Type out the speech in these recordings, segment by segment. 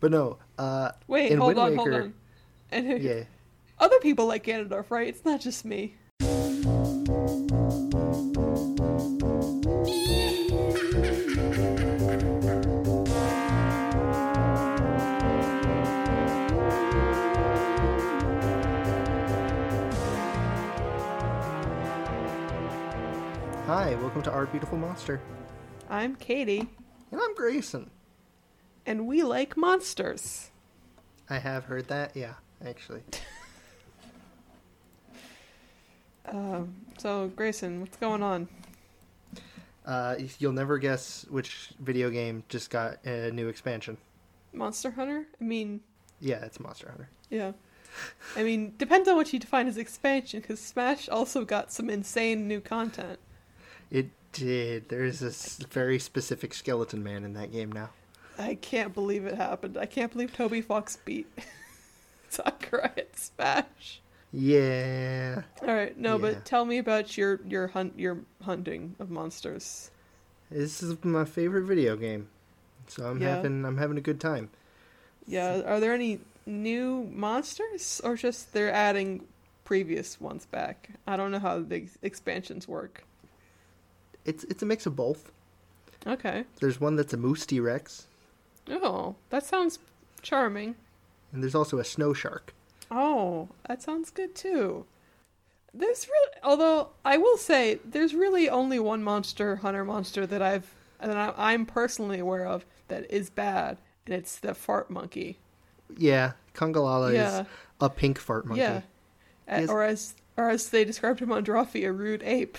But no, uh, Wait, in hold Wind on, Waker, hold on. And yeah, other people like Ganondorf, right? It's not just me. hi, welcome to Our Beautiful Monster, I'm Katie, and I'm Grayson. and we like monsters. I have heard that, yeah, actually. Um, so, Grayson, what's going on? Uh, you'll never guess which video game just got a new expansion. Monster Hunter? I mean, Yeah, it's Monster Hunter. yeah. I mean, depends on what you define as expansion, because Smash also got some insane new content. It did. There's this very specific skeleton man in that game now. I can't believe it happened. I can't believe Toby Fox beat Sakurai at Smash. Yeah. All right, no, Yeah. but tell me about your your hunt your hunting of monsters. This is my favorite video game. So I'm Yeah. having I'm having a good time. Yeah, are there any new monsters or just they're adding previous ones back? I don't know how the ex- expansions work. It's it's a mix of both. Okay. There's one that's a moose T Rex, Oh, that sounds charming. and there's also a snow shark. Oh, that sounds good too. There's really, although I will say, there's really only one monster, hunter monster that I've that I- I'm personally aware of that is bad, and it's the fart monkey. Yeah, Kongalala Yeah. is a pink fart monkey. Yeah, A- Yes. or as or as they described him on Drawfee, a rude ape.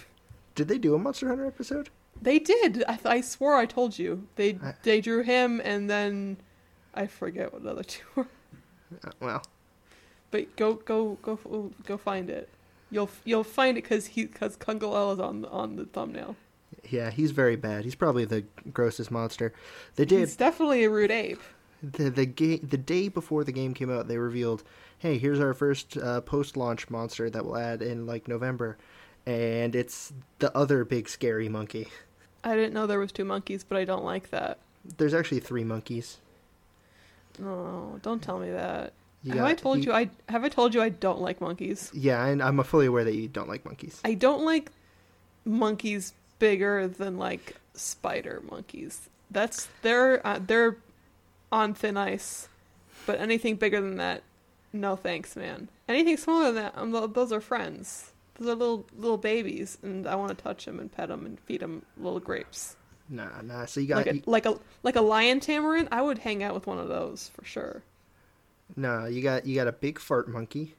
Did they do a Monster Hunter episode? They did. I, th- I swore I told you. They I- they drew him, and then I forget what the other two were. Uh, well, But go go go f- go find it. You'll you'll find it because he because Kungala's on the- on the thumbnail. yeah, he's very bad. He's probably the grossest monster. They did He's definitely a rude ape. the the ga- the day before the game came out, they revealed, "Hey, here's our first uh, post-launch monster that we'll add in like November." And it's the other big scary monkey. I didn't know there was two monkeys, but I don't like that. There's actually three monkeys. No, don't tell me that. You have I got- told you, I have I told you I don't like monkeys? Yeah, and I'm fully aware that you don't like monkeys. I don't like monkeys bigger than like spider monkeys. That's they're uh, they're on thin ice. But anything bigger than that, no thanks, man. Anything smaller than that, um, tho- those are friends. Those are little little babies, and I want to touch them and pet them and feed them little grapes. Nah, nah. So you got like a, you, like a like a lion tamarin, I would hang out with one of those for sure. nah, you got you got a big fart monkey.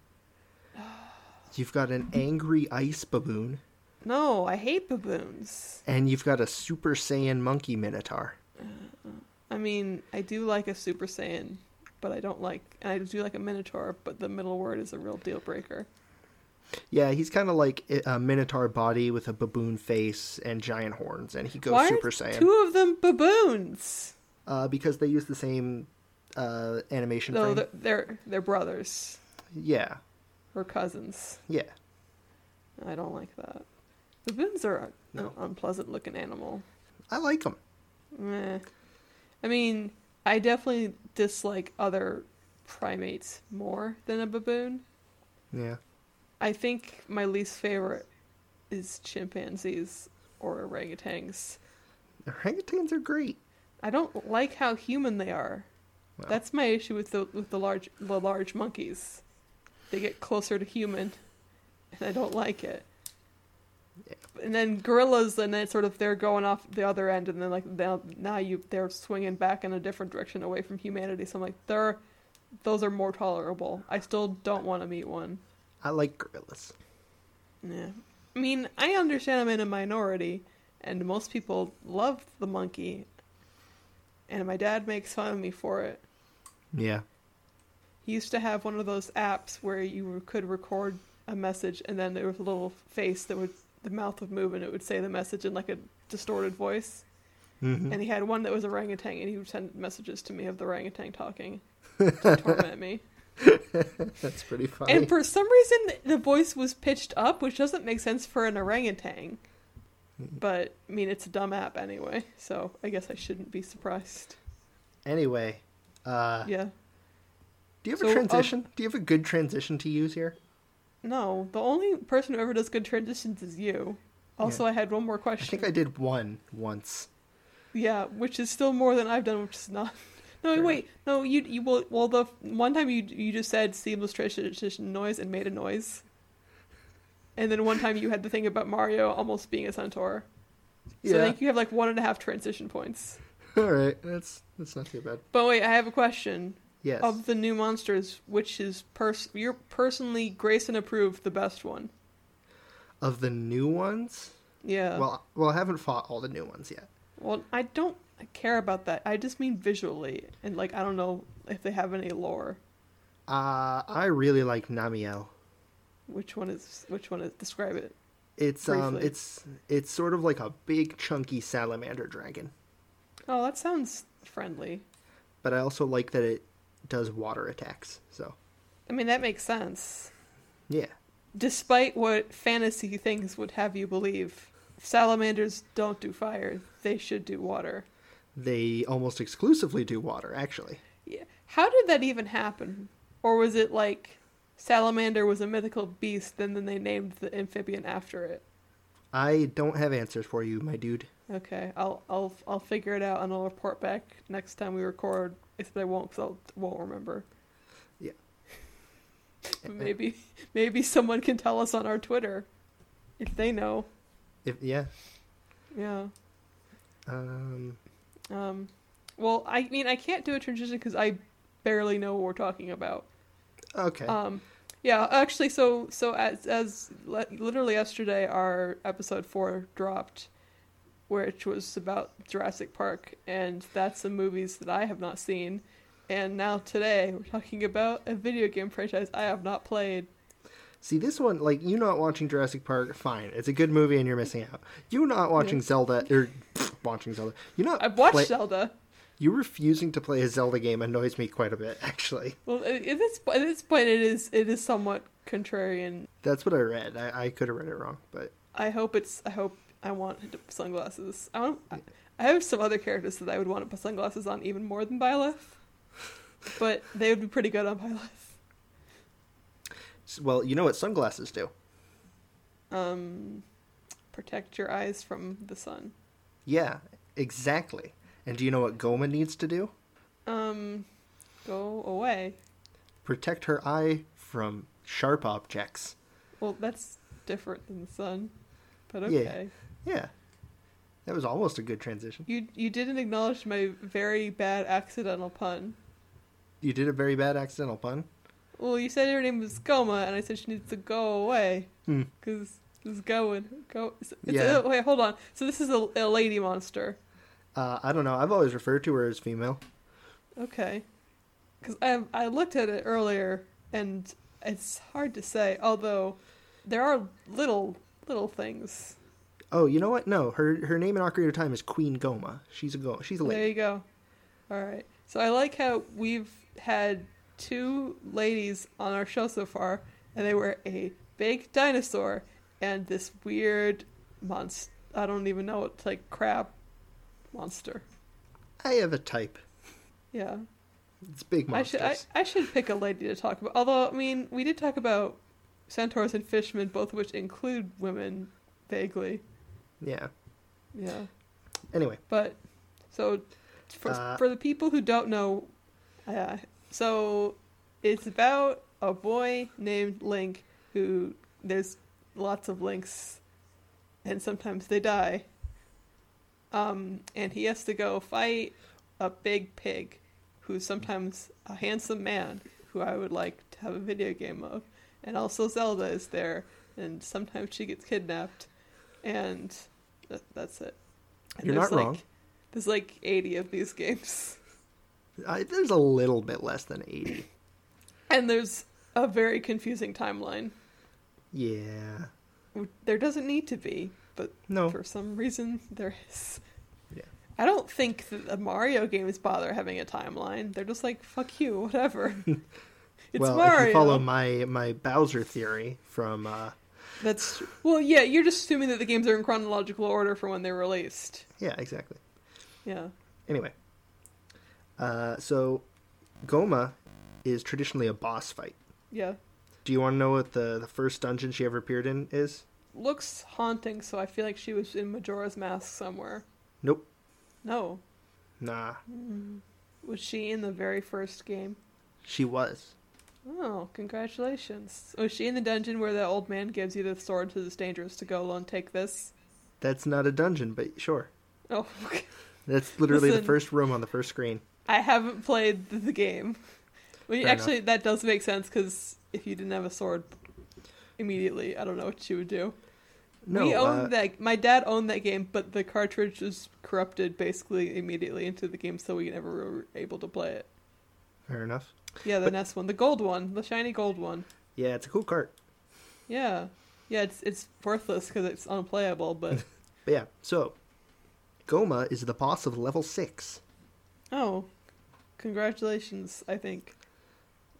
You've got an angry ice baboon, No, I hate baboons. and you've got a Super Saiyan monkey minotaur. I mean, I do like a Super Saiyan, but I don't like, and I do like a Minotaur, but the middle word is a real deal breaker. Yeah, he's kind of like eh, a- a minotaur body with a baboon face and giant horns, and he goes Why Super are Saiyan. two of them baboons? uh, because they use the same uh, animation No, frame. they're, they're they're brothers Yeah, or cousins. yeah. I don't like that. Baboons are an No. unpleasant looking animal. I like them. Meh. I mean, I definitely dislike other primates more than a baboon. Yeah. I think my least favorite is chimpanzees or orangutans. Orangutans are great. I don't like how human they are. Well. That's my issue with the with the large the large monkeys. They get closer to human, and I don't like it. And then gorillas, and then sort of they're going off the other end, and then like now now you they're swinging back in a different direction away from humanity. So I'm like, they're those are more tolerable. I still don't want to meet one. I like gorillas. Yeah. I mean, I understand I'm in a minority, and most people love the monkey, and my dad makes fun of me for it. Yeah. He used to have one of those apps where you could record a message, and then there was a little face that would, the mouth would move, and it would say the message in like a distorted voice. hmm And he had one that was orangutan, and he would send messages to me of the orangutan talking to torment me. That's pretty funny. And for some reason, the voice was pitched up, which doesn't make sense for an orangutan. But I mean, it's a dumb app anyway, so I guess I shouldn't be surprised. Anyway, Uh, Yeah. do you have So, um, a of- transition? do you have a good transition to use here? No, the only person who ever does good transitions is you. Also, I had one more I question. think I did one once. Yeah, which is still more than I've done, which is not. No, Fair wait. No, you you well, well the one time you you just said seamless transition noise and made a noise. And then one time you had the thing about Mario almost being a centaur. So I Yeah. think you have like one and a half transition points. All right. That's that's not too bad. But wait, I have a question. Yes. Of the new monsters, which is pers- you're personally Grayson approved the best one. of the new ones, Yeah. Well, well, well, I haven't fought all the new ones yet. I don't care about that. I just mean visually and like I don't know if they have any lore. Uh, I really like Namiel. Which one is which one is describe it. It's um, Briefly. it's it's sort of like a big chunky salamander dragon, Oh, that sounds friendly. but I also like that it does water attacks. So I mean, that makes sense. yeah, Despite what fantasy things would have you believe, salamanders don't do fire. They should do water. they almost exclusively do water actually. Yeah. How did that even happen? Or was it like salamander was a mythical beast and then they named the amphibian after it? I don't have answers for you, my dude. Okay, I'll I'll I'll figure it out and I'll report back next time we record. Except I won't, because I won't remember. Yeah. But maybe maybe someone can tell us on our Twitter if they know. If yeah, Yeah. um, Um. Well, I mean, I can't do a transition because I barely know what we're talking about. okay, Um. Yeah. Actually, so so as as li- literally yesterday, our episode four dropped. which was about Jurassic Park, and that's the movies that I have not seen. And now today we're talking about a video game franchise I have not played. See this one, like you not watching Jurassic Park, fine. It's a good movie and you're missing out. You not watching Zelda or watching Zelda. You not I've watched play- Zelda. You refusing to play a Zelda game annoys me quite a bit, actually. Well, at at this po- at this point, it is it is somewhat contrarian. That's what I read. I, I could have read it wrong, but I hope it's I hope I want sunglasses. I don't. I, I have some other characters that I would want to put sunglasses on even more than Byleth, but they would be pretty good on Byleth. s- well, you know what sunglasses do. Um, protect your eyes from the sun. Yeah, exactly. And do you know what Goma needs to do? Um, go away. Protect her eye from sharp objects. Well, that's different than the sun, but Yeah. okay. Yeah. That was almost a good transition. You you didn't acknowledge my very bad accidental pun. You did a very bad accidental pun. Well, you said her name was Goma, and I said she needs to go away Hmm. because it's going go. It's, it's- Yeah. oh, wait, hold on. So this is a, a lady monster, Uh, I don't know. I've always referred to her as female. okay? Because I I looked at it earlier, and it's hard to say. Although there are little little things. Oh, you know what? No, her her name in Ocarina of Time is Queen Goma. She's a go. She's a There lady. you go. All right. So I like how we've had two ladies on our show so far, and they were a big dinosaur and this weird monster. I don't even know it's like crab monster. I have a type. Yeah. It's big monsters. I should I, I should pick a lady to talk about. Although I mean, we did talk about centaurs and fishmen, both of which include women vaguely. Yeah. Yeah. Anyway, But so for, Uh, for the people who don't know, uh, so it's about a boy named Link who there's lots of links, and sometimes they die. Um, and he has to go fight a big pig, who's sometimes a handsome man who I would like to have a video game of, and also Zelda is there, and sometimes she gets kidnapped, and that, that's it. And You're there's, not wrong. like- There's like 80 of these games. I, there's a little bit less than 80. And there's a very confusing timeline. Yeah. There doesn't need to be, but No. for some reason there is. Yeah. I don't think that the Mario games bother having a timeline. They're just like, fuck you, whatever. it's well, if Mario. you follow my my Bowser theory from uh That's well, yeah. You're just assuming that the games are in chronological order for when they're released. yeah, exactly. Yeah. Anyway. Uh so Goma is traditionally a boss fight. Yeah. Do you want to know what the, the first dungeon she ever appeared in is? Looks haunting, so I feel like she was in Majora's Mask somewhere. Nope. No. Mm-hmm. Nah. Was she in the very first game? She was. Oh, congratulations. Was she in the dungeon where the old man gives you the sword to it's dangerous to go alone take this? That's not a dungeon, but sure. Oh, okay. That's literally the Listen. first room on the first screen. I haven't played th- the game. Well, you- Fair actually, that does make sense because if you didn't have a sword immediately, I don't know what you would do. No, we owned uh, that. My dad owned that game, but the cartridge was corrupted basically immediately into the game, so we never were able to play it. fair enough. Yeah, the But- NES one, the gold one, the shiny gold one. Yeah, it's a cool cart. Yeah, yeah, it's it's worthless because it's unplayable. But But yeah, so Goma is the boss of level six. oh, congratulations! I think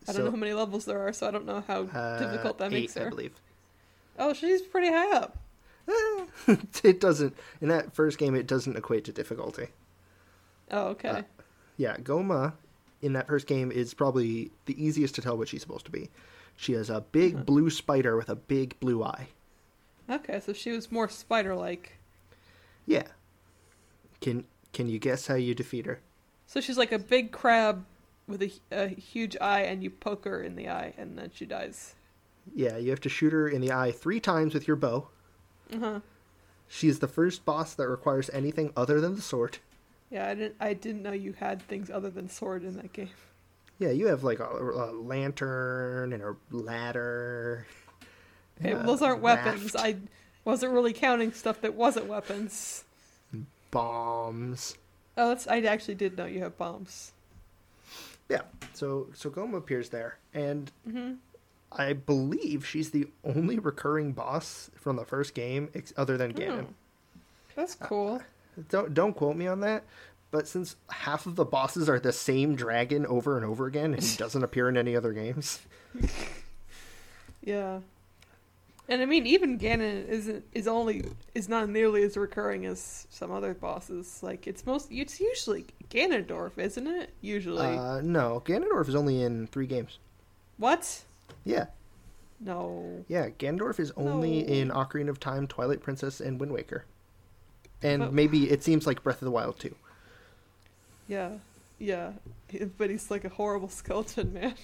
I So, don't know how many levels there are, so I don't know how uh, difficult that eight, makes I her. believe. Oh, she's pretty high up. it doesn't in that first game it doesn't equate to difficulty. Oh, okay. Uh, Yeah, Goma in that first game is probably the easiest to tell what she's supposed to be. She has a big Mhm. blue spider with a big blue eye. Okay, so she was more spider-like. Yeah. Can can you guess how you defeat her? So she's like a big crab with a, a huge eye, and you poke her in the eye, and then she dies. Yeah, you have to shoot her in the eye 3 times with your bow. Uh huh. She is the first boss that requires anything other than the sword. Yeah, I didn't. I didn't know you had things other than sword in that game. Yeah, you have like a, a lantern and a ladder. Okay, and a those aren't weapons. raft, I wasn't really counting stuff that wasn't weapons. bombs. Oh, that's. I actually did know you have bombs. Yeah. So so Goma appears there, and Mhm. I believe she's the only recurring boss from the first game, ex- other than Ganon. Oh. That's Uh, cool. Don't don't quote me on that. But since half of the bosses are the same dragon over and over again, and he doesn't appear in any other games. Yeah. And I mean, even Ganon isn't is only is not nearly as recurring as some other bosses. Like it's most it's usually Ganondorf, isn't it? Usually, Uh, no, Ganondorf is only in three games. what? Yeah, No. yeah, Ganondorf is only No. in Ocarina of Time, Twilight Princess, and Wind Waker, and But- maybe it seems like Breath of the Wild too. Yeah. Yeah. But he's like a horrible skeleton man.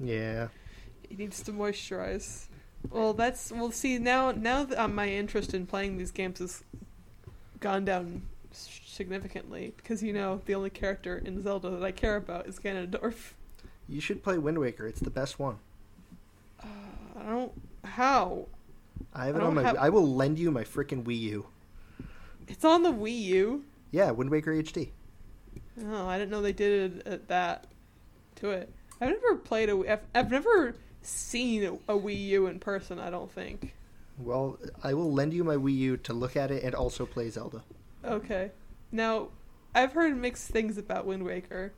Yeah, He needs to moisturize. Well, that's well. See now, now that uh, my interest in playing these games has gone down s- significantly because you know the only character in Zelda that I care about is Ganondorf. you should play Wind Waker. It's the best one. Uh, I don't how I have I it on don't my. have- I will lend you my freaking Wii U. it's on the Wii U. Yeah, Wind Waker HD. Oh, I didn't know they did it at that to it. I've never played a. I've, I've never seen a, a Wii U in person. I don't think. Well, I will lend you my Wii U to look at it and also play Zelda. Okay. Now, I've heard mixed things about Wind Waker.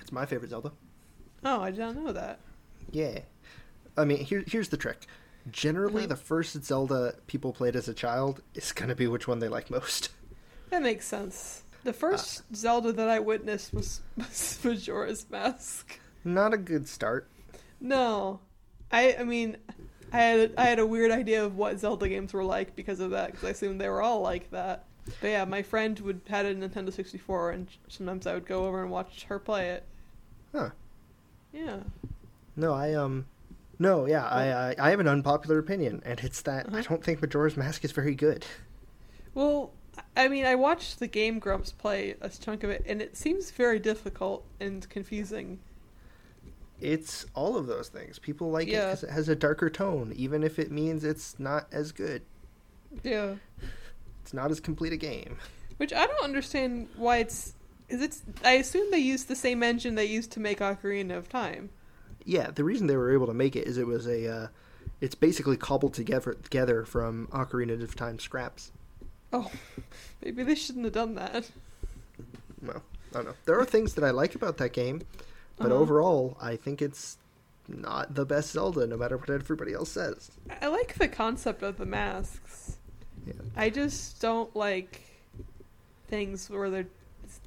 It's my favorite Zelda. Oh, I did not know that. Yeah. I mean, here, here's the trick. Generally, Mhm. the first Zelda people played as a child is going to be which one they like most. That makes sense. The first Zelda that I witnessed was, was Majora's Mask. Not a good start. No, I I mean, I had I had a weird idea of what Zelda games were like because of that because I assumed they were all like that. But yeah, my friend would had a Nintendo sixty four, and sometimes I would go over and watch her play it. Huh. Yeah. No, I, um. No, yeah, I, I, I have an unpopular opinion, and it's that I Uh-huh. don't think Majora's Mask is very good. Well, I mean, I watched the Game Grumps play a chunk of it, and it seems very difficult and confusing. It's all of those things. People like it 'cause Yeah. it it has a darker tone, even if it means it's not as good. Yeah. It's not as complete a game. Which I don't understand why it's. Is it's? I assume they used the same engine they used to make Ocarina of Time. Yeah, the reason they were able to make it is it was a, uh, it's basically cobbled together together from Ocarina of Time scraps. Oh, maybe they shouldn't have done that. Well, I don't know. There are things that I like about that game, but Uh-huh. overall, I think it's not the best Zelda, no matter what everybody else says. I like the concept of the masks. Yeah. I just don't like things where they're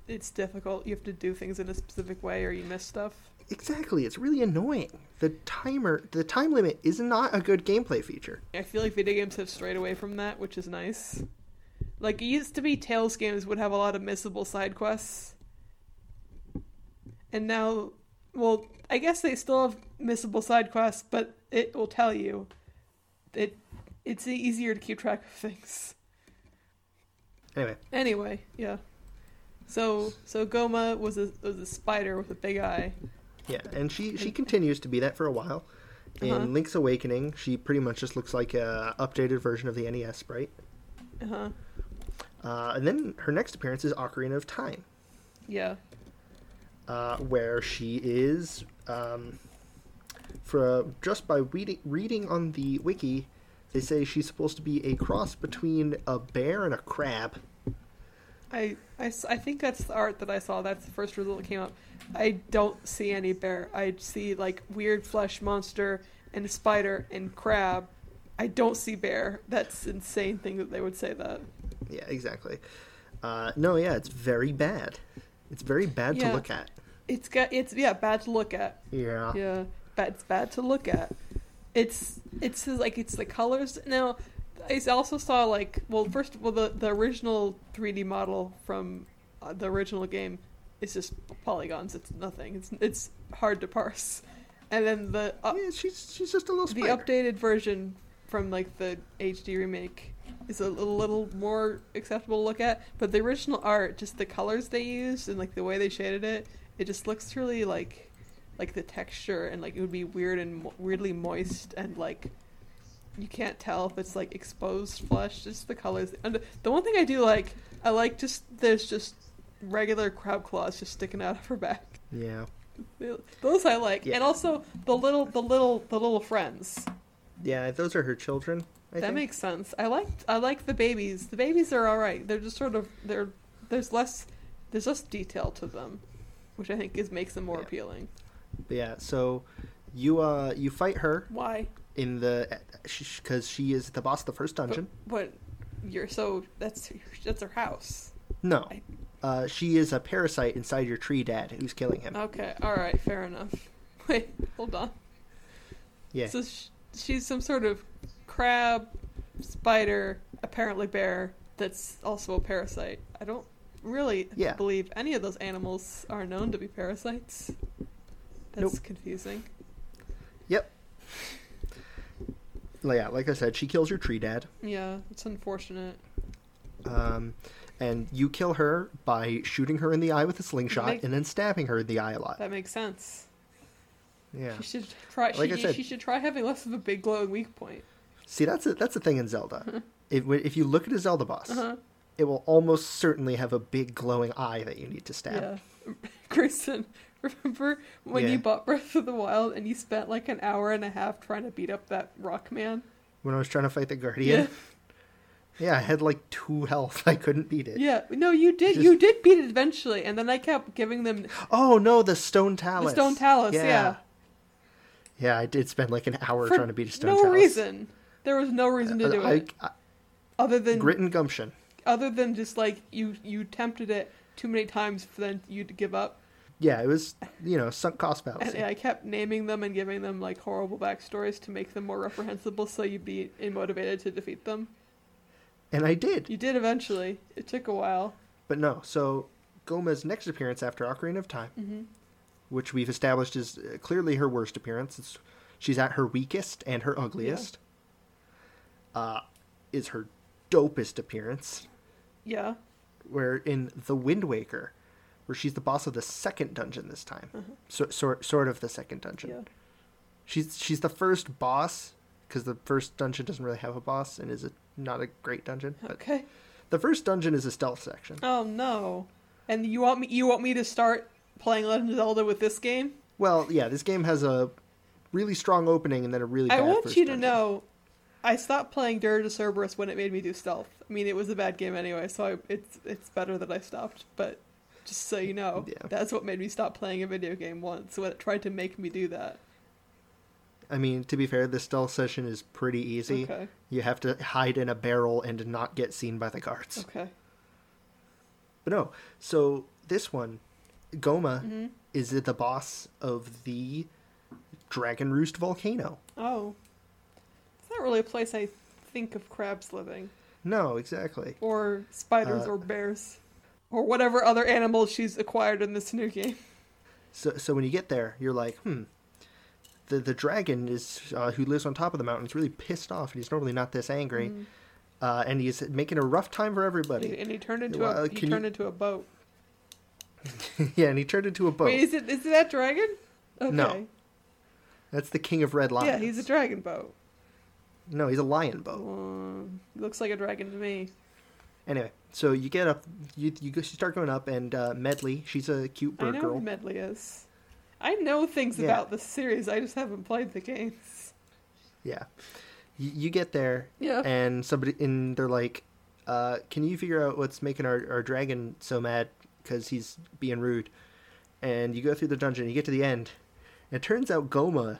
it's difficult. You have to do things in a specific way, or you miss stuff. Exactly, it's really annoying. The timer, the time limit is not a good gameplay feature. I feel like video games have strayed away from that, which is nice. Like it used to be, Tails games would have a lot of missable side quests, and now, well, I guess they still have missable side quests, but it will tell you. It it's easier to keep track of things. Anyway, Anyway, yeah. So so Goma was a was a spider with a big eye. yeah, and she she continues to be that for a while. In Uh-huh. Link's Awakening, she pretty much just looks like a updated version of the NES sprite. Uh huh. Uh, and then her next appearance is Ocarina of Time, Yeah. uh, where she is, um, for just by reading, reading on the wiki, they say she's supposed to be a cross between a bear and a crab. I, I, s- I think that's the art that I saw. That's the first result that came up. I don't see any bear. I see like weird flesh monster and spider and crab. I don't see bear. That's insane thing that they would say that. Yeah, exactly. Uh, no, yeah, it's very bad. It's very bad Yeah. to look at. It's got it's yeah bad to look at. Yeah. Yeah, bad. It's bad to look at. It's it's just, like it's the colors. Now, I also saw like well, first well the the original 3D model from uh, the original game is just polygons. It's nothing. It's it's hard to parse. And then the uh, yeah, she's she's just a little the spider. updated version from like the HD remake is a little- little more acceptable to look at, but the original art, just the colors they used and like the way they shaded it, it just looks really like like the texture and like it would be weird and mo- weirdly moist and like you can't tell if it's like exposed flesh. Just the colors. And the one thing I do like, I like just there's just regular crab claws just sticking out of her back. Yeah. Those I like, Yeah. and also the little the little the little friends. Yeah, those are her children. I that think. makes sense. I like I like the babies. The babies are all right. They're just sort of they're there's less there's less detail to them, which I think is makes them more Yeah. appealing. Yeah, so you uh you fight her Why? in the because she is the boss of the first dungeon. But you're so that's that's her house. No. Oh, I- Uh, she is a parasite inside your tree dad who's killing him. Okay, all right, fair enough. Wait, hold on. yeah. So sh- she's some sort of crab, spider, apparently bear that's also a parasite. I don't really Yeah. believe any of those animals are known to be parasites. That's Nope. confusing. Yep. Well, Yeah, like I said, she kills your tree dad. Yeah, it's unfortunate. Um, and you kill her by shooting her in the eye with a slingshot Make- and then stabbing her in the eye a lot. That makes sense. Yeah. She should try. Like she, I said- she should try having less of a big glowing weak point. See, that's a, that's the thing in Zelda. if, if you look at a Zelda boss, Uh huh. it will almost certainly have a big glowing eye that you need to stab. Yeah. Grayson, remember when Yeah. you bought Breath of the Wild and you spent like an hour and a half trying to beat up that rock man? When I was trying to fight the Guardian, yeah, I had like two health. I couldn't beat it. Yeah, no, you did. Just- You did beat it eventually, and then I kept giving them Oh no, the Stone the Talus. stone talus. Yeah, Yeah, Yeah, I did spend like an hour For trying to beat a Stone no Talus. reason. There was no reason to Uh, do I, it I, other than grit and gumption. other than just like you you tempted it too many times for then you to give up. Yeah, it was you know sunk cost And fallacy. I kept naming them and giving them like horrible backstories to make them more reprehensible, so you'd be motivated to defeat them. and I did. You did eventually. It took a while. But no, so Goma's next appearance after Ocarina of Time, which we've established is uh, clearly her worst appearance, it's, she's at her weakest and her ugliest, uh, is her dopest appearance, Yeah. where in The Wind Waker, where she's the boss of the second dungeon this time, so, so, sort of the second dungeon. Yeah. She's, she's the first boss, because the first dungeon doesn't really have a boss and is a, not a great dungeon. But Okay. the first dungeon is a stealth section. Oh no. And you want me? You want me to start playing Legend of Zelda with this game? Well, yeah, this game has a really strong opening and then a really. Bad I want first you to dungeon. know, I stopped playing Dirge of Cerberus when it made me do stealth. I mean, it was a bad game anyway, so I, it's it's better that I stopped. But just so you know, Yeah. that's what made me stop playing a video game once when it tried to make me do that. I mean, to be fair, the stealth session is pretty easy. Okay, You have to hide in a barrel and not get seen by the guards. okay, But no, so this one, Goma Mm-hmm. is the boss of the Dragon Roost volcano. Oh. It's not really a place I think of crabs living. No, exactly. Or spiders Uh, or bears. Or whatever other animals she's acquired in this new game. So, so when you get there, you're like, hmm. The the dragon is uh, who lives on top of the mountain is really pissed off, and he's normally not this angry, Mm. uh, and he's making a rough time for And, everybody. and he turned into Well, a can he you- turned into a boat. yeah, and he turned into a boat. Wait, is it is it that dragon? Okay. No. That's the king of red lions. Yeah, he's a dragon boat. no, he's a lion boat. Um, looks like a dragon to me. Anyway, so you get up, you you go- you start going up, and uh, Medley, she's a cute I bird know girl. who Medley is. I know things Yeah. about the series. I just haven't played the games. yeah, you, you get there, Yeah. and somebody and they're like, uh, "Can you figure out what's making our, our dragon so mad? Because he's being rude." And you go through the dungeon. You get to the end, and it turns out Goma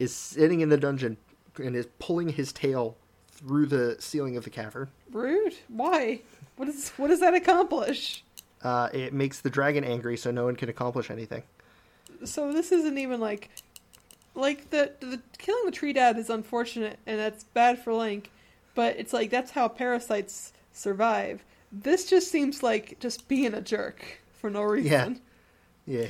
is sitting in the dungeon and is pulling his tail through the ceiling of the cavern. Rude. Why? What is what does that accomplish? Uh, it makes the dragon angry, so no one can accomplish anything. So this isn't even like, like the the killing the tree dad is unfortunate and that's bad for Link, but it's like that's how parasites survive. This just seems like just being a jerk for no reason. Yeah.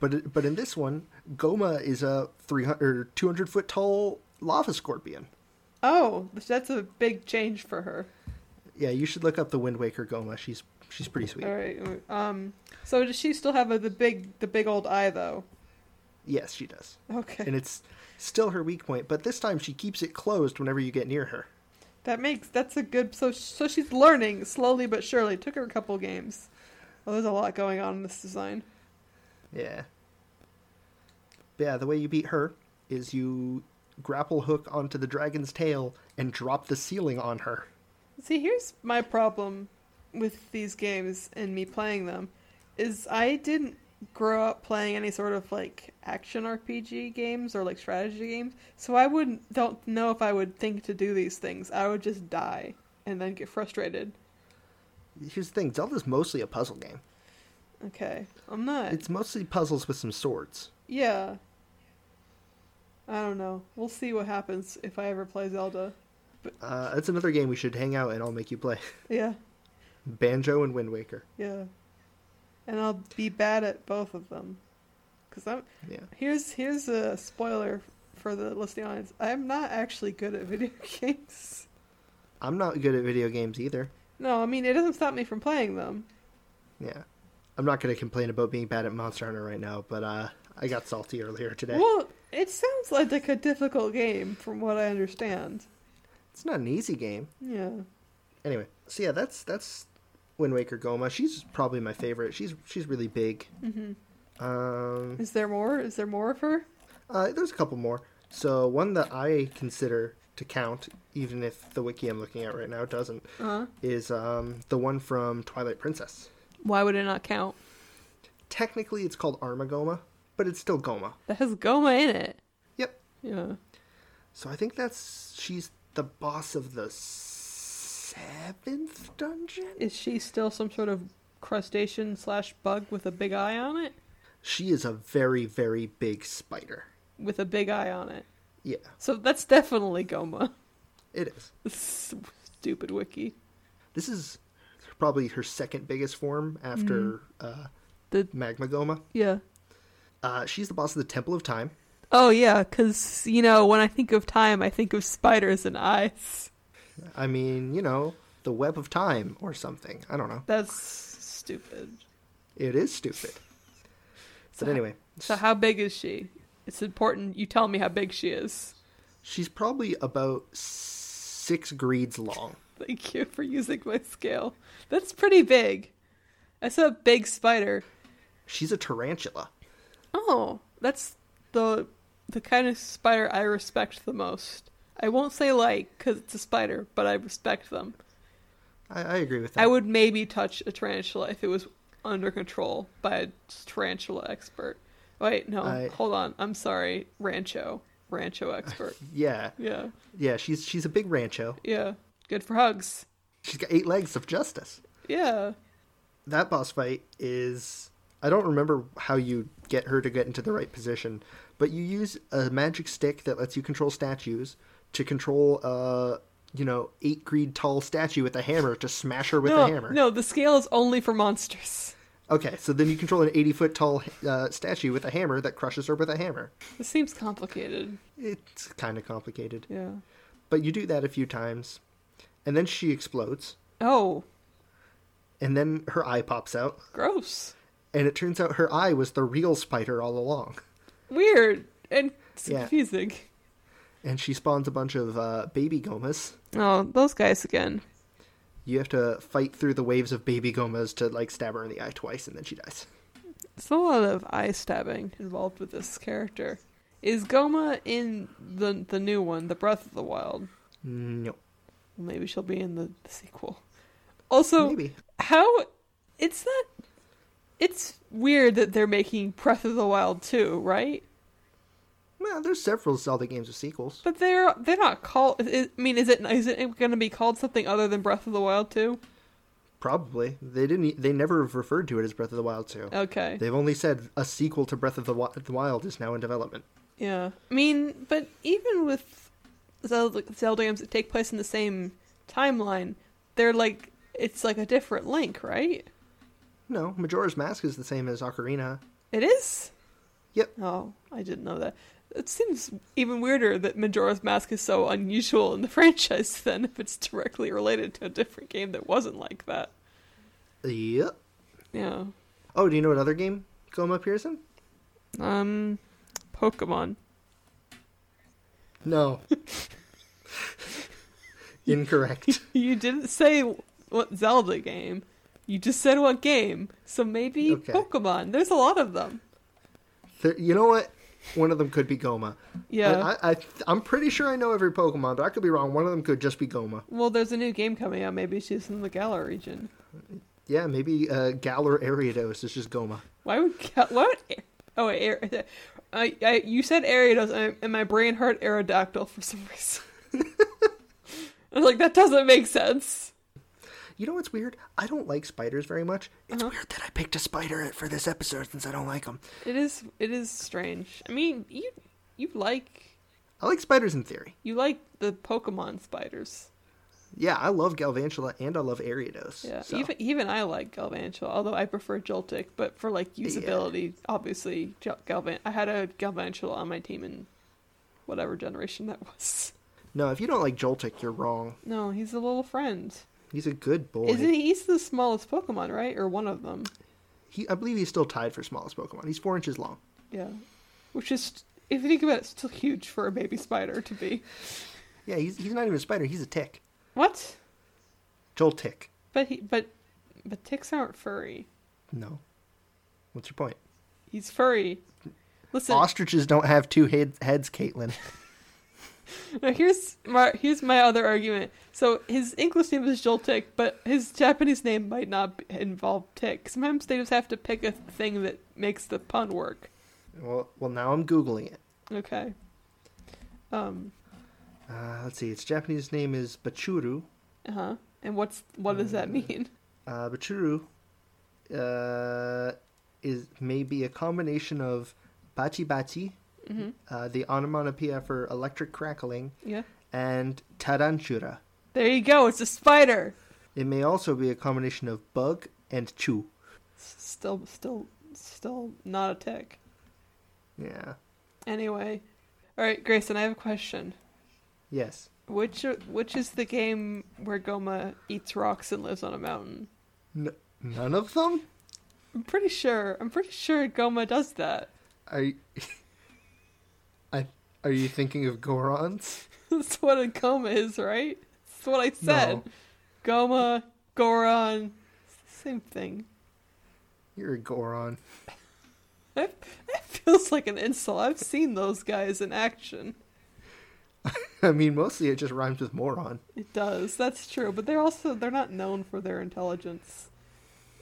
But but in this one, Goma is a 300 or 200 foot tall lava scorpion. Oh, that's a big change for her. Yeah, you should look up the Wind Waker Goma. She's she's pretty sweet. All right. Um. So does she still have a, the big the big old eye though? Yes, she does. Okay. And it's still her weak point, but this time she keeps it closed whenever you get near her. That makes that's a good so so she's learning slowly but surely. It took her a couple games. Well, there's a lot going on in this design. Yeah. But yeah, the way you beat her is you grapple hook onto the dragon's tail and drop the ceiling on her. See, here's my problem with these games and me playing them is I didn't grow up playing any sort of like action RPG games or like strategy games, so I wouldn't don't know if I would think to do these things. I would just die and then get frustrated. Here's the thing, Zelda's mostly a puzzle game. Okay, I'm not. It's mostly puzzles with some swords. Yeah. I don't know. We'll see what happens if I ever play Zelda. Uh, that's another game we should hang out and I'll make you play. Yeah, Banjo and Wind Waker. yeah. And I'll be bad at both of them. Cuz I'm Yeah. Here's here's a spoiler for the listening audience. I'm not actually good at video games. I'm not good at video games either. No, I mean it doesn't stop me from playing them. Yeah. I'm not going to complain about being bad at Monster Hunter right now, but uh, I got salty earlier today. Well, it sounds like, like a difficult game from what I understand. It's not an easy game. Yeah. Anyway, so yeah, that's that's Wind Waker Goma. She's probably my favorite. She's she's really big. hmm Um, Is there more? Is there more of her? uh, there's a couple more. So one that I consider to count, even if the wiki I'm looking at right now doesn't, Uh-huh. is um, the one from Twilight Princess. Why would it not count? Technically, it's called Armagoma, but it's still Goma. That has Goma in it. Yep. Yeah. So I think that's she's the boss of the seventh dungeon. Is she still some sort of crustacean slash bug with a big eye on it? She is a very very big spider. With a big eye on it. Yeah, So that's definitely Goma. it is. Stupid wiki. This is probably her second biggest form after uh, Mm-hmm. The Magmagoma. yeah. Uh, she's the boss of the Temple of Time. Oh yeah, because you know when I think of time, I think of spiders and eyes. I mean, you know, the Web of Time or something. I don't know. That's stupid. It is stupid. So But anyway, so how big is she? It's important you tell me how big she is. she's probably about six greeds long. Thank you for using my scale. That's pretty big. I saw a big spider. She's a tarantula. Oh, that's the the kind of spider I respect the most. I won't say like because it's a spider, but I respect them. I, I agree with that. I would maybe touch a tarantula if it was under control by a tarantula expert. Wait, no, I- hold on. I'm sorry, Rancho, Rancho expert. Yeah, yeah, yeah. She's she's a big rancho. yeah, good for hugs. She's got eight legs of justice. Yeah, that boss fight is I don't remember how you get her to get into the right position, but you use a magic stick that lets you control statues to control a you know eight greed tall statue with a hammer to smash her with no, a hammer. no, the scale is only for monsters. Okay, so then you control an eighty foot tall uh, statue with a hammer that crushes her with a hammer. This seems complicated. It's kind of complicated, Yeah. but you do that a few times, and then she explodes, Oh, and then her eye pops out, gross. and it turns out her eye was the real spider all along. Weird and it's Yeah. confusing. and she spawns a bunch of uh, baby gomas. Oh, those guys again. You have to fight through the waves of baby gomas to like stab her in the eye twice, and then she dies. There's a lot of eye stabbing involved with this character. Is Goma in the the new one, The Breath of the Wild? No, Well, maybe she'll be in the, the sequel. Also, maybe how it's not. It's weird that they're making Breath of the Wild too, right? well, there's several Zelda games with sequels. But they're they're not called. I I mean, is it is it going to be called something other than Breath of the Wild too? Probably they didn't. e- They never have referred to it as Breath of the Wild 2. Okay, They've only said a sequel to Breath of the, Wi- the Wild is now in development. yeah. I mean, but even with Zelda, Zelda games that take place in the same timeline, they're like it's like a different link, right? No, Majora's Mask is the same as Ocarina. It is. Yep. Oh, I didn't know that. It seems even weirder that Majora's Mask is so unusual in the franchise than if it's directly related to a different game that wasn't like that. Yep. Yeah. Oh, do you know another game Goma appears in? Um, Pokemon. No. Incorrect. You didn't say what Zelda game. You just said what game. So maybe Okay. Pokemon. There's a lot of them. There, you know what? One of them could be Goma. Yeah. I, I, I'm pretty sure I know every Pokemon, but I could be wrong. One of them could just be Goma. well, there's a new game coming out. Maybe she's in the Galar region. Yeah, maybe uh, Galar Ariados is just Goma. Why would Gal- what? Oh wait, Aer- I, I you said Ariados, and- and my brain heard Aerodactyl for some reason. I was like, that doesn't make sense. You know what's weird? I don't like spiders very much. It's Uh-huh. weird that I picked a spider for this episode since I don't like them. It is it is strange. I mean, you you like I like spiders in theory. you like the Pokemon spiders. Yeah, I love Galvantula and I love Ariados. Yeah, so. even even I like Galvantula, although I prefer Joltik. But for like Yeah. usability, obviously Jel- Galvan. I had a Galvantula on my team in whatever generation that was. No, if you don't like Joltik, you're wrong. No, he's a little friend. He's a good boy. Isn't he? He's the smallest Pokemon, right? Or one of them. He, I believe he's still tied for smallest Pokemon. He's four inches long. Yeah. Which is, if you think about it, still huge for a baby spider to be. Yeah, he's, he's not even a spider. He's a tick. What? Joltik. But he, but, but ticks aren't furry. No. What's your point? He's furry. Listen, Ostriches don't have two head, heads, Caitlin. now here's my here's my other argument. So his English name is Joltik, but his Japanese name might not be- involve tick. Sometimes they just have to pick a thing that makes the pun work. Well, well, now I'm googling it. Okay. Um. Uh, let's see. Its Japanese name is Bachuru. Uh huh. And what's what does that mean? Uh, Bachuru uh, is maybe a combination of bachi bachi, hmm uh, the onomatopoeia for electric crackling, Yeah. and tarantura. There you go. It's a spider. It may also be a combination of bug and chu. S- Still, still, still not a tick. Yeah. Anyway, all right, Grayson. I have a question. Yes. Which which is the game where Goma eats rocks and lives on a mountain? N- none of them? I'm pretty sure. I'm pretty sure Goma does that. Are, y- I, are you thinking of Gorons? That's what a Goma is, right? That's what I said. No. Goma, Goron, same thing. You're a Goron. That, that feels like an insult. I've seen those guys in action. I mean, mostly it just rhymes with moron. It does. That's true. But they're also they're not known for their intelligence.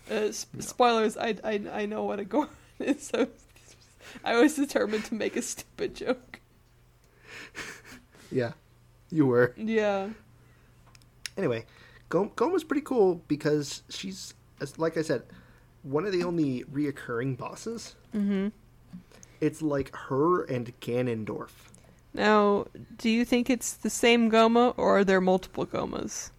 Uh, sp- No. Spoilers. I, I I know what a Goron is. So I was determined to make a stupid joke. Yeah, you were. Yeah. Anyway, Gom- Goma's pretty cool because she's as like I said, one of the only reoccurring bosses. Mm-hmm. It's like her and Ganondorf. Now, do you think it's the same Goma or are there multiple Gomas?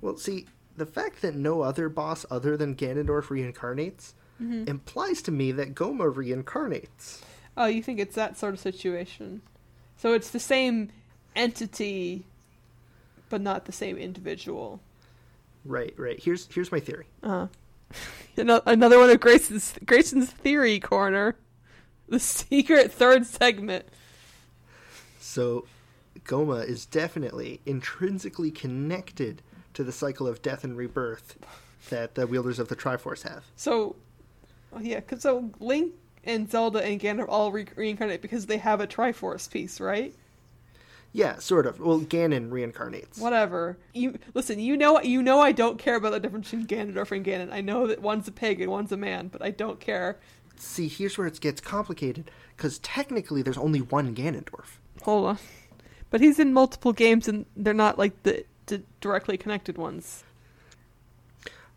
Well, see, the fact that no other boss other than Ganondorf reincarnates Mm-hmm. implies to me that Goma reincarnates. Oh, you think it's that sort of situation. So it's the same entity, but not the same individual. Right, right. Here's here's my theory. Uh, ano- another one of Grayson's Grayson's theory corner, the secret third segment. So, Goma is definitely intrinsically connected to the cycle of death and rebirth that the wielders of the Triforce have. So, oh yeah, 'cause so Link and Zelda and Ganon all re- reincarnate because they have a Triforce piece, right? Yeah, sort of. Well, Ganon reincarnates. Whatever. You listen. You know. You know. I don't care about the difference between Ganondorf and Ganon. I know that one's a pig and one's a man, but I don't care. See, here's where it gets complicated because technically there's only one Ganondorf. Hold on. But he's in multiple games, and they're not like the, the directly connected ones.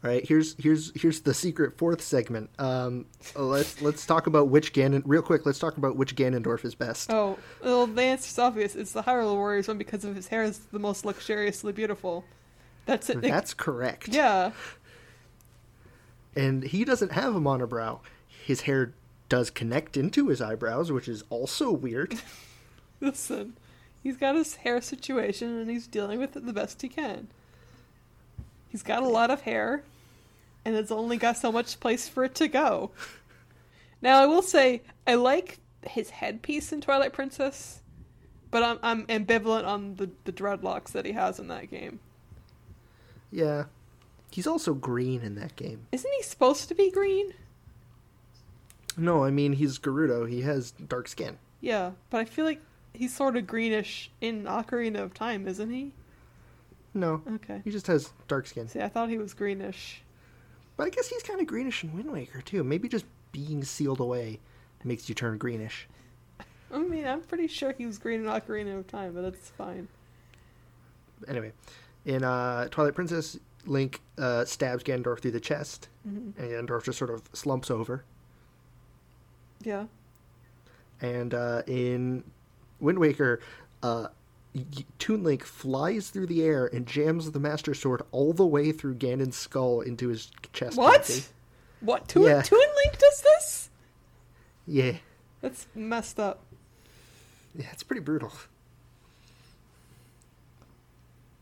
All right, here's here's here's the secret fourth segment. Um, let's let's talk about which Ganon real quick. Let's talk about which Ganondorf is best. Oh, well, the answer's obvious. It's the Hyrule Warriors one because of his hair is the most luxuriously beautiful. That's it. Nick. That's correct. yeah. and he doesn't have a monobrow. His hair does connect into his eyebrows, which is also weird. Listen, he's got his hair situation, and he's dealing with it the best he can. He's got a lot of hair, and it's only got so much place for it to go. Now, I will say, I like his headpiece in Twilight Princess, but I'm, I'm ambivalent on the, the dreadlocks that he has in that game. yeah. He's also green in that game. Isn't he supposed to be green? No, I mean he's Gerudo. He has dark skin. Yeah, but I feel like he's sort of greenish in Ocarina of Time, isn't he? No, Okay. he just has dark skin. See, I thought he was greenish. But I guess he's kind of greenish in Wind Waker too. Maybe just being sealed away makes you turn greenish. I mean, I'm pretty sure he was green in Ocarina of Time, but that's fine. Anyway, in uh, Twilight Princess, Link uh, stabs Ganondorf through the chest, Mhm. and Ganondorf just sort of slumps over. Yeah. And uh, in Wind Waker, uh, y- y- Toon Link flies through the air and jams the Master Sword all the way through Ganon's skull into his chest. What? cavity. What? Toon, Yeah. Toon Link does this? Yeah. That's messed up. Yeah, it's pretty brutal.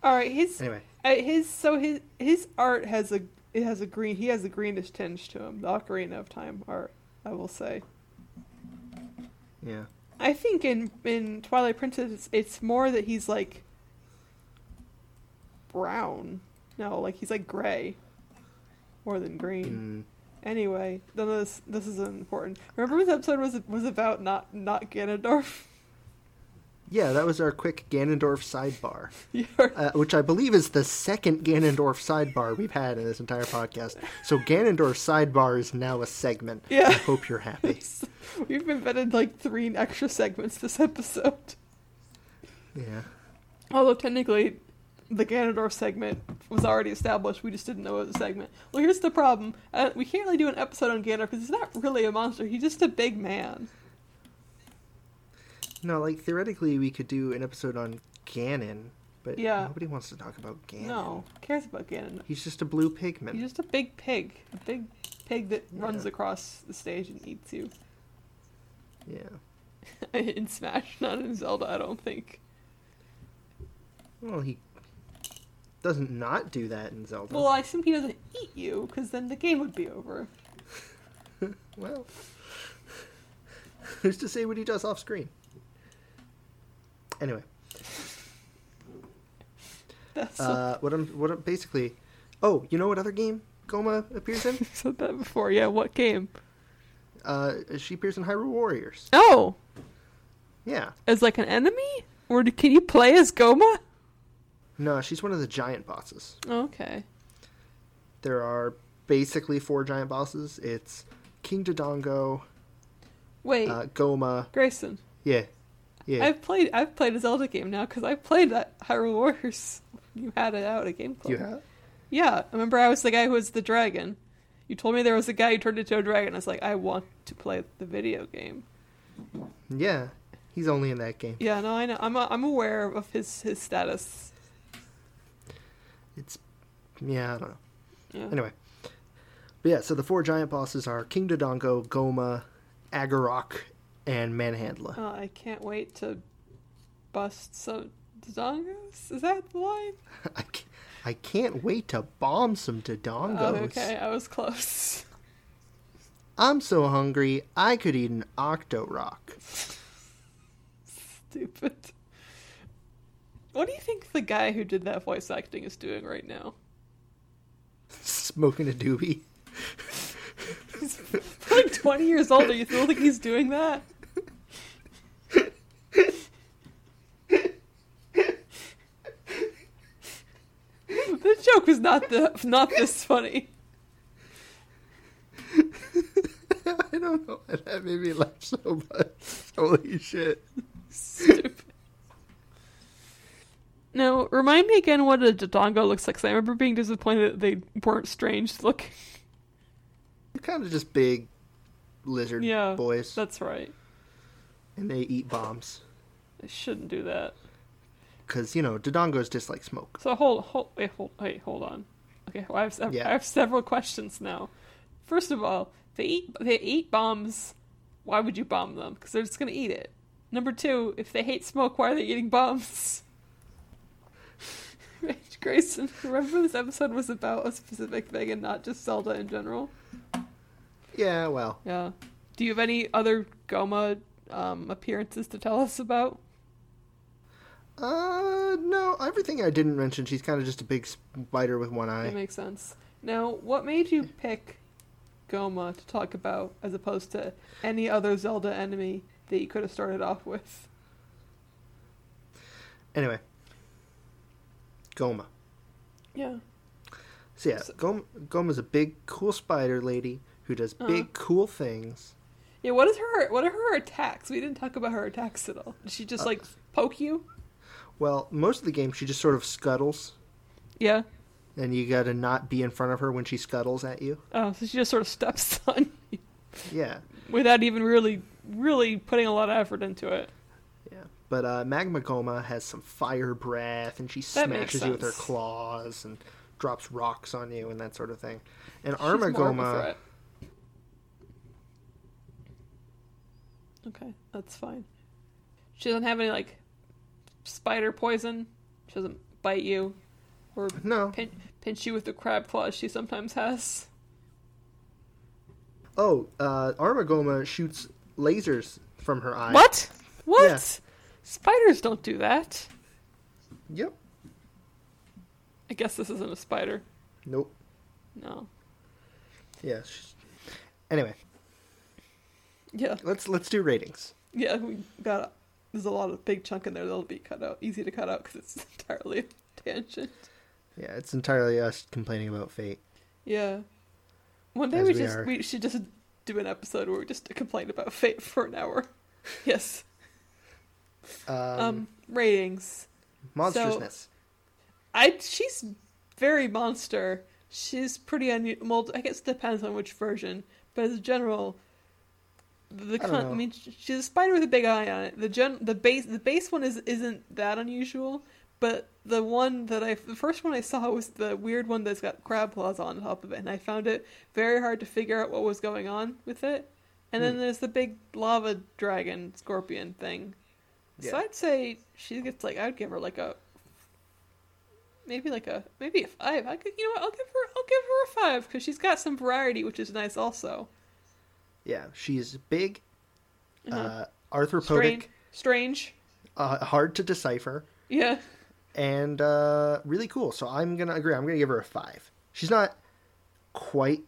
All right, his Anyway, uh, his so his his art has a it has a green he has a greenish tinge to him. The Ocarina of Time art, I will say. yeah. I think in in Twilight Princess, it's, it's more that he's like brown. No, like he's like gray, more than Mm. green. Anyway, none of this this is important. Remember, this episode was was about not not Ganondorf. Yeah, that was our quick Ganondorf sidebar. You're- uh, which I believe is the second Ganondorf sidebar we've had in this entire podcast. So Ganondorf sidebar is now a segment. Yeah. I hope you're happy. We've invented like three extra segments this episode. yeah. Although technically, the Ganondorf segment was already established. We just didn't know it was a segment. Well, here's the problem: uh, we can't really do an episode on Ganondorf because he's not really a monster. He's just a big man. No, like theoretically we could do an episode on Ganon, but Yeah. nobody wants to talk about Ganon. No, who cares about Ganon. He's just a blue pigman. He's just a big pig, a big pig that runs Yeah. across the stage and eats you. Yeah. in Smash, not in Zelda, I don't think. Well, he doesn't not do that in Zelda. Well, I assume he doesn't eat you because then the game would be over. well. Who's to say what he does off screen? Anyway. That's Uh, what I'm, what I'm basically, oh, you know what other game Goma appears in? I've said that before. Yeah, what game? uh, she appears in Hyrule Warriors. Oh, Yeah, as like an enemy, or do, can you play as Goma? no, she's one of the giant bosses. Okay. There are basically four giant bosses. It's King Dodongo, Wait, uh, Goma. Grayson. Yeah, yeah. I've played. I've played a Zelda game now because I played that Hyrule Warriors. You had it out at Game Club. you have? Yeah, remember I was the guy who was the dragon. You told me there was a guy who turned into a dragon. I was like, I want to play the video game. Yeah, he's only in that game. Yeah, no, I know. I'm I'm aware of his his status. It's yeah, I don't know. Yeah. Anyway, but yeah, so the four giant bosses are King Dodongo, Goma, Agarok, and Manhandla. Oh, I can't wait to bust some dongos. Is that the line? I, can't, I can't wait to bomb some Dodongos. Oh, okay, I was close. I'm so hungry I could eat an Octorok. Stupid. What do you think the guy who did that voice acting is doing right now? Smoking a doobie. He's like 20 years old. Do you still think he's doing that? this joke was not the not this funny. I don't know why that made me laugh so much. Holy shit. Stupid. Now, remind me again what a Dodongo looks like, 'cause I remember being disappointed that they weren't strange looking. They're kind of just big lizard Yeah, boys, That's right. and they eat bombs. I shouldn't do that. Because, you know, Dodongos dislike smoke. So hold, hold, wait, hold, wait, hold on. Okay, well, I, have, sev- Yeah. I have several questions now. First of all, they eat, they eat bombs. Why would you bomb them? Because they're just gonna eat it. Number two, if they hate smoke, why are they eating bombs? Rich Grayson, remember this episode was about a specific thing and not just Zelda in general. Yeah, well, Yeah. Do you have any other Goma um, appearances to tell us about? uh, no, everything I didn't mention, she's kind of just a big spider with one That eye. makes sense. Now, what made you pick Goma to talk about as opposed to any other Zelda enemy that you could have started off with? Anyway, Goma. Yeah. So yeah, So- Goma, Goma's a big, cool spider lady who does Uh-huh. big, cool things. Yeah, what is her what are her attacks? We didn't talk about her attacks at all. Did she just like poke you? Well, most of the game, she just sort of scuttles, Yeah. and you gotta not be in front of her when she scuttles at you. Oh, so she just sort of steps on you Yeah, without even really really putting a lot of effort into it. yeah. But uh, Magma Goma has some fire breath, and she That makes smashes you with her sense. claws and drops rocks on you and that sort of thing. And She's more of a Armagoma, threat. Okay, that's fine. She doesn't have any like spider poison. She doesn't bite you or no. pinch, pinch you with the crab claws she sometimes has. Oh, uh, Armagoma shoots lasers from her eye. What? What? Yeah. Spiders don't do that. Yep. I guess this isn't a spider. Nope. No. Yeah. she's- Anyway, Yeah, let's let's do ratings. yeah, we got a, there's a lot of big chunk in there that'll be cut out, easy to cut out because it's entirely a tangent. Yeah, it's entirely us complaining about fate. Yeah. One day As we, we just are. we should just do an episode where we just complain about fate for an hour. Yes. Um, Um, ratings. monstrousness. I she's very monster. She's pretty unusual. Well, I guess it depends on which version, but as a general, the don't con- I, know. mean, sh- she's a spider with a big eye on it. The gen the base the base one is isn't that unusual, but the one that I the first one I saw was the weird one that's got crab claws on top of it, and I found it very hard to figure out what was going on with it. And then Hmm. there's the big lava dragon scorpion thing. So Yeah. I'd say she gets like I'd give her like a maybe like a maybe a five. I could you know what I'll give her I'll give her a five because she's got some variety, which is nice also. Yeah, she's big, Uh-huh. uh, arthropodic, strange, strange, uh, hard to decipher, yeah, and uh, really cool. So I'm gonna agree. I'm gonna give her a five. She's not quite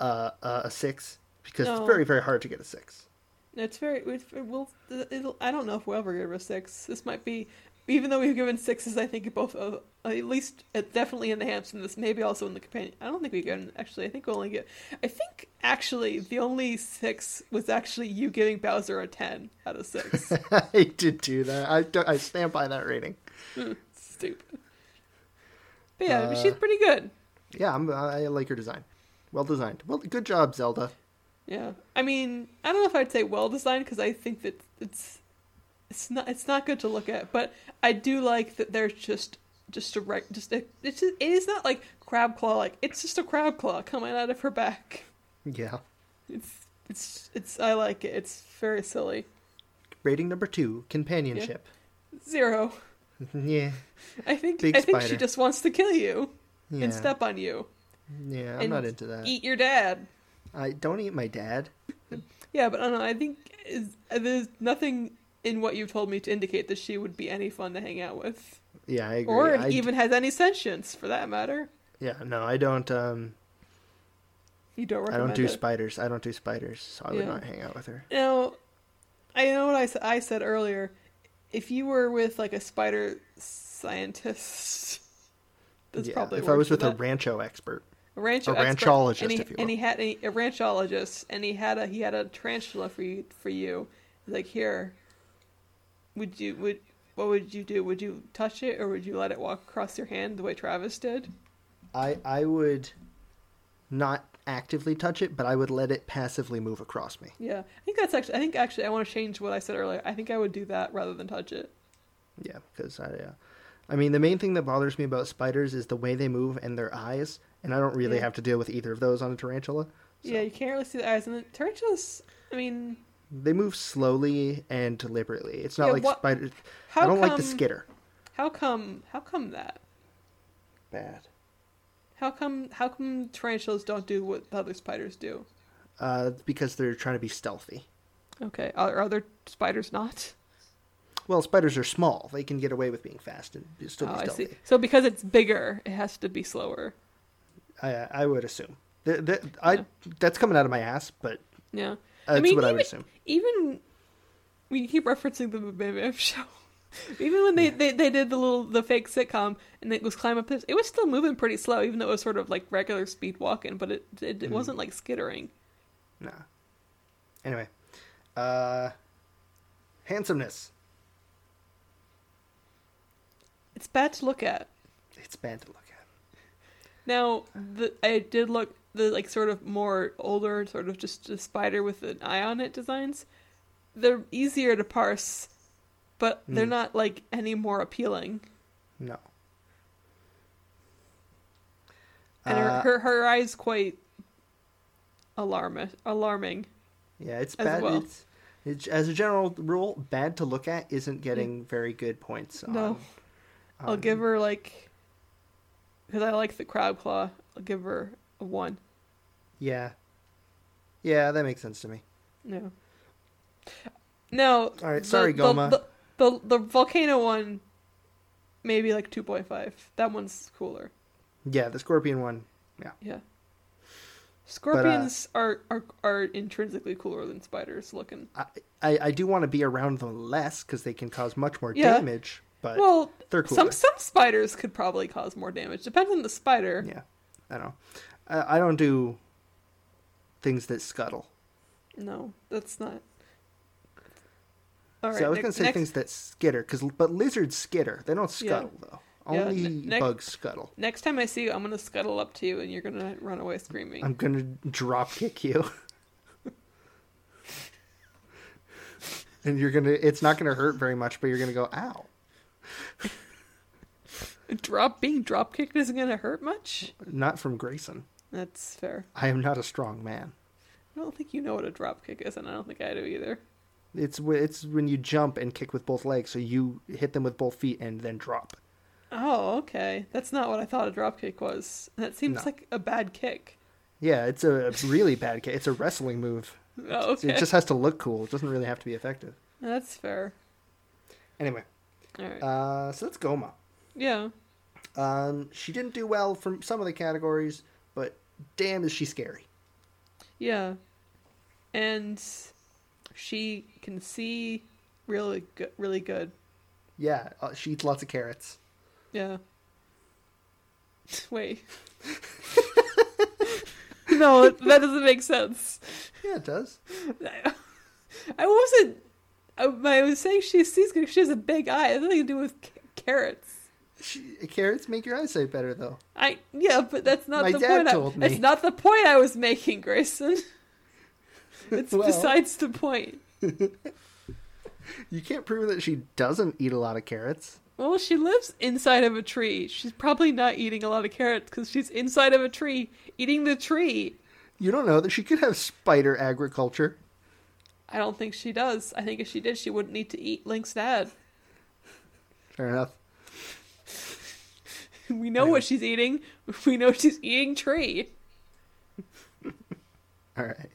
uh, uh, a six because No. it's very very hard to get a six. it's very it, it will it'll, I don't know if we'll ever give her a six. This might be even though we've given sixes, I think both of at least uh, definitely in the Hampson this maybe also in the companion. I don't think we given actually. I think we only get. I think actually the only six was actually you giving Bowser a ten out of six. I did do that. I do- I stand by that rating. Stupid. But yeah, I mean, she's Uh, pretty good. Yeah, I'm, I like her design. Well designed. Well, good job, Zelda. Yeah, I mean, I don't know if I'd say well designed because I think that it's it's not it's not good to look at, but I do like that there's just just a right just a, it's just, it is not like crab claw like it's just a crab claw coming out of her back. Yeah. It's it's it's I like it. It's very silly. Rating number two: companionship. Zero. Yeah. I think Big I think she spider. just wants to kill you Yeah. and step on you. yeah, I'm and not into that. Eat your dad. I don't eat my dad. Yeah, but I don't know. I think is, there's nothing in what you've told me to indicate that she would be any fun to hang out with, Yeah, I agree. or I, even has any sentience for that matter. Yeah, no, I don't. Um, You don't I recommend don't do it. spiders. I don't do spiders. So I would Yeah. not hang out with her. Now, I know what I, s- I said earlier. If you were with like a spider scientist, that's yeah, probably if I was with a a, rancho expert. a rancho a expert, ranchologist, and he, if you and will. he had and he- a ranchologist, and he had a he had a tarantula for you for you. He's like, here, would you would what would you do? Would you touch it or would you let it walk across your hand the way Travis did? I I would not actively touch it, but I would let it passively move across me. Yeah, I think that's actually I think actually I want to change what I said earlier. I think I would do that rather than touch it. Yeah, because I, uh, I mean, the main thing that bothers me about spiders is the way they move and their eyes, and I don't really Yeah. have to deal with either of those on a tarantula. So Yeah, you can't really see the eyes, and the tarantulas. I mean, They move slowly and deliberately. It's not Yeah, like what- spiders. how I don't come, like the skitter. How come? How come that? Bad. How come? How come tarantulas don't do what the other spiders do? Uh, because they're trying to be stealthy. Okay, are, are other spiders not? Well, spiders are small. They can get away with being fast and still oh, be I stealthy. see. So because it's bigger, it has to be slower. I, I, would assume. Th th I, Yeah. That's coming out of my ass, but Yeah. that's mean, what I even- would assume. Even we keep referencing the Mimiv show. Even when they, they, they did the little the fake sitcom and it was climb up this, it was still moving pretty slow, even though it was sort of like regular speed walking, but it it, Mhm. it wasn't like skittering. Nah. Anyway, uh, handsomeness. It's bad to look at. It's bad to look at. Now, the, I did look the like sort of more older, sort of just a spider with an eye on it designs. They're easier to parse, but they're Mm. not like any more appealing. No. And Uh, her, her her eyes quite alarm alarming. yeah, it's as bad. well. It's, it's as a general rule, bad to look at isn't getting very good points. On, Mm. No, I'll on- give her like because I like the crab claw. I'll give her a one. Yeah. Yeah, that makes sense to me. No. No. All right, sorry, the, Goma. The, the, the volcano one, maybe like two point five. That one's cooler. Yeah, the scorpion one. Yeah. Yeah. Scorpions are, are are intrinsically cooler than spiders looking. I, I, I do want to be around them less because they can cause much more Yeah. damage, but well, they're cool. some some spiders could probably cause more damage. Depends on the spider. Yeah, I don't. I, I don't do things that scuttle. No, that's not. All right. so I was ne- gonna say next, things that skitter, because but lizards skitter. They don't Yeah. scuttle though. Yeah, Only ne- next- bugs scuttle. Next time I see you, I'm gonna scuttle up to you, and you're gonna run away screaming. I'm gonna drop kick you. and you're gonna. It's not gonna hurt very much, but you're gonna go ow. Drop being drop kicked isn't gonna hurt much. Not from Grayson. That's fair. I am not a strong man. I don't think you know what a drop kick is, and I don't think I do either. It's wh- it's when you jump and kick with both legs, so you hit them with both feet and then drop. Oh, okay. That's not what I thought a drop kick was. That seems No. like a bad kick. Yeah, it's a really bad. ca- It's a wrestling move. Oh, okay. It just has to look cool. It doesn't really have to be effective. That's fair. Anyway, All right. uh, so that's Goma. yeah. Um, she didn't do well from some of the categories, but damn, is she scary. Yeah. And she can see really good, really good. Yeah, uh, she eats lots of carrots. Yeah. Wait. no, that doesn't make sense. Yeah, it does. I, I wasn't. I, I was saying she sees good. She has a big eye. It has nothing to do with ca- carrots. She, carrots make your eyesight better, though. I yeah, but that's not My the dad point. I- told me. That's not the point I was making, Grayson. It's Well. besides the point. You can't prove that she doesn't eat a lot of carrots. Well, she lives inside of a tree. She's probably not eating a lot of carrots because she's inside of a tree eating the tree. You don't know that she could have spider agriculture. I don't think she does. I think if she did, she wouldn't need to eat Link's dad. Fair enough. We know what she's eating. We know she's eating tree. All right.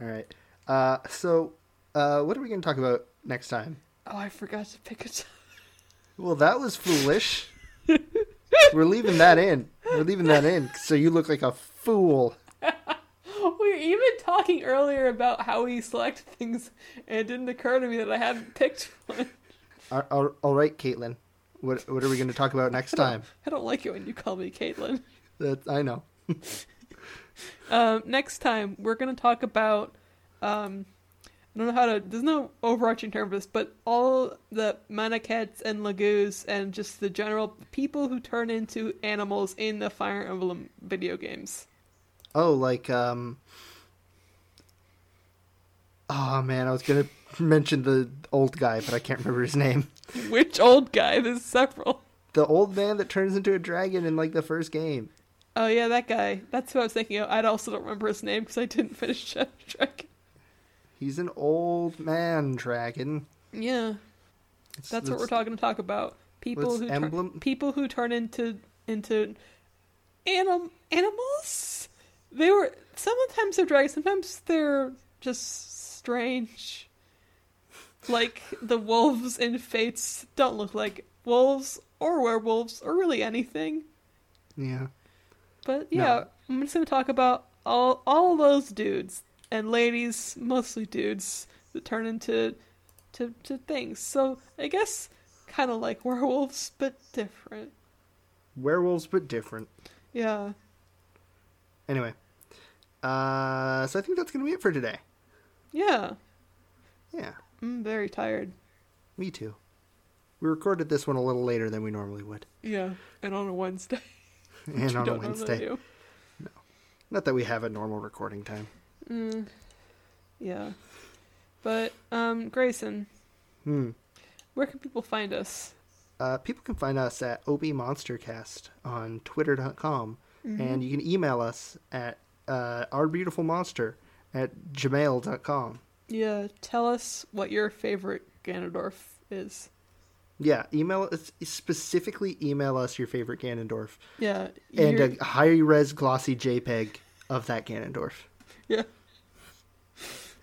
All right. Uh, so, uh, what are we going to talk about next time? Oh, I forgot to pick a time. Well, that was foolish. We're leaving that in. We're leaving that in. So you look like a fool. We were even talking earlier about how we select things, and it didn't occur to me that I hadn't picked one. All- all- all right, Caitlin. What what are we going to talk about next time? I don't like it when you call me Caitlin. That I know. Um, next time we're gonna talk about um, I don't know how to. There's no overarching term for this, but all the maniquettes and lagoos and just the general people who turn into animals in the Fire Emblem video games. Oh, like um. Oh man, I was going to mention the old guy, but I can't remember his name. Which old guy? There's several. The old man that turns into a dragon in like the first game. Oh yeah, that guy. That's who I was thinking of. I also don't remember his name because I didn't finish Shadow Dragon. He's an old man dragon. Yeah, It's- that's what it's- we're talking to talk about. People let's who emblem- turn, people who turn into into anim, animals. They were sometimes they're dragons, sometimes they're just strange. Like the wolves in Fates don't look like wolves or werewolves or really anything. Yeah. But No. yeah, I'm just gonna talk about all all those dudes and ladies, mostly dudes, that turn into to to things. So I guess kind of like werewolves, but different. Werewolves, but different. Yeah. Anyway. Uh, so I think that's going to be it for today. Yeah. Yeah, I'm very tired. me too. We recorded this one a little later than we normally would. Yeah. And on a Wednesday. And You on a don't normally Wednesday. do. Not that we have a normal recording time. Mm. Yeah. But um Grayson, Hmm. where can people find us? Uh, people can find us at obmonstercast on twitter.com Mm-hmm. and you can email us at uh, ourbeautifulmonster at gmail.com. Yeah, tell us what your favorite Ganondorf is. Yeah, email us specifically email us your favorite Ganondorf Yeah. and uh, you're- a high res glossy JPEG of that Ganondorf. Yeah.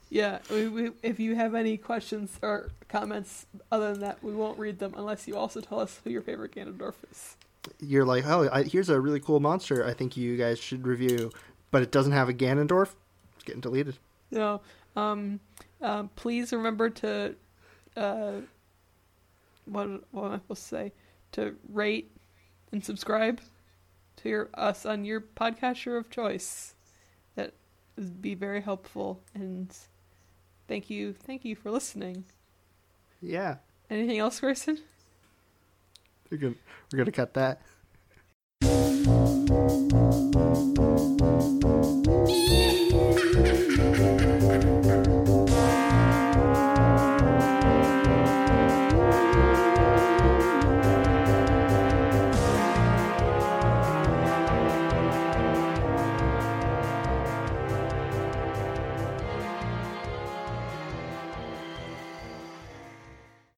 Yeah. We, we, if you have any questions or comments other than that, we won't read them unless you also tell us who your favorite Ganondorf is. You're like, oh, I, here's a really cool monster. I think you guys should review, but it doesn't have a Ganondorf. It's getting deleted. You know, um, um, please remember to, uh, what, what am I supposed to say? To rate and subscribe to your us on your podcaster of choice. That would be very helpful. And thank you, thank you for listening. Yeah, Anything else, Grayson? we're gonna we're gonna cut that.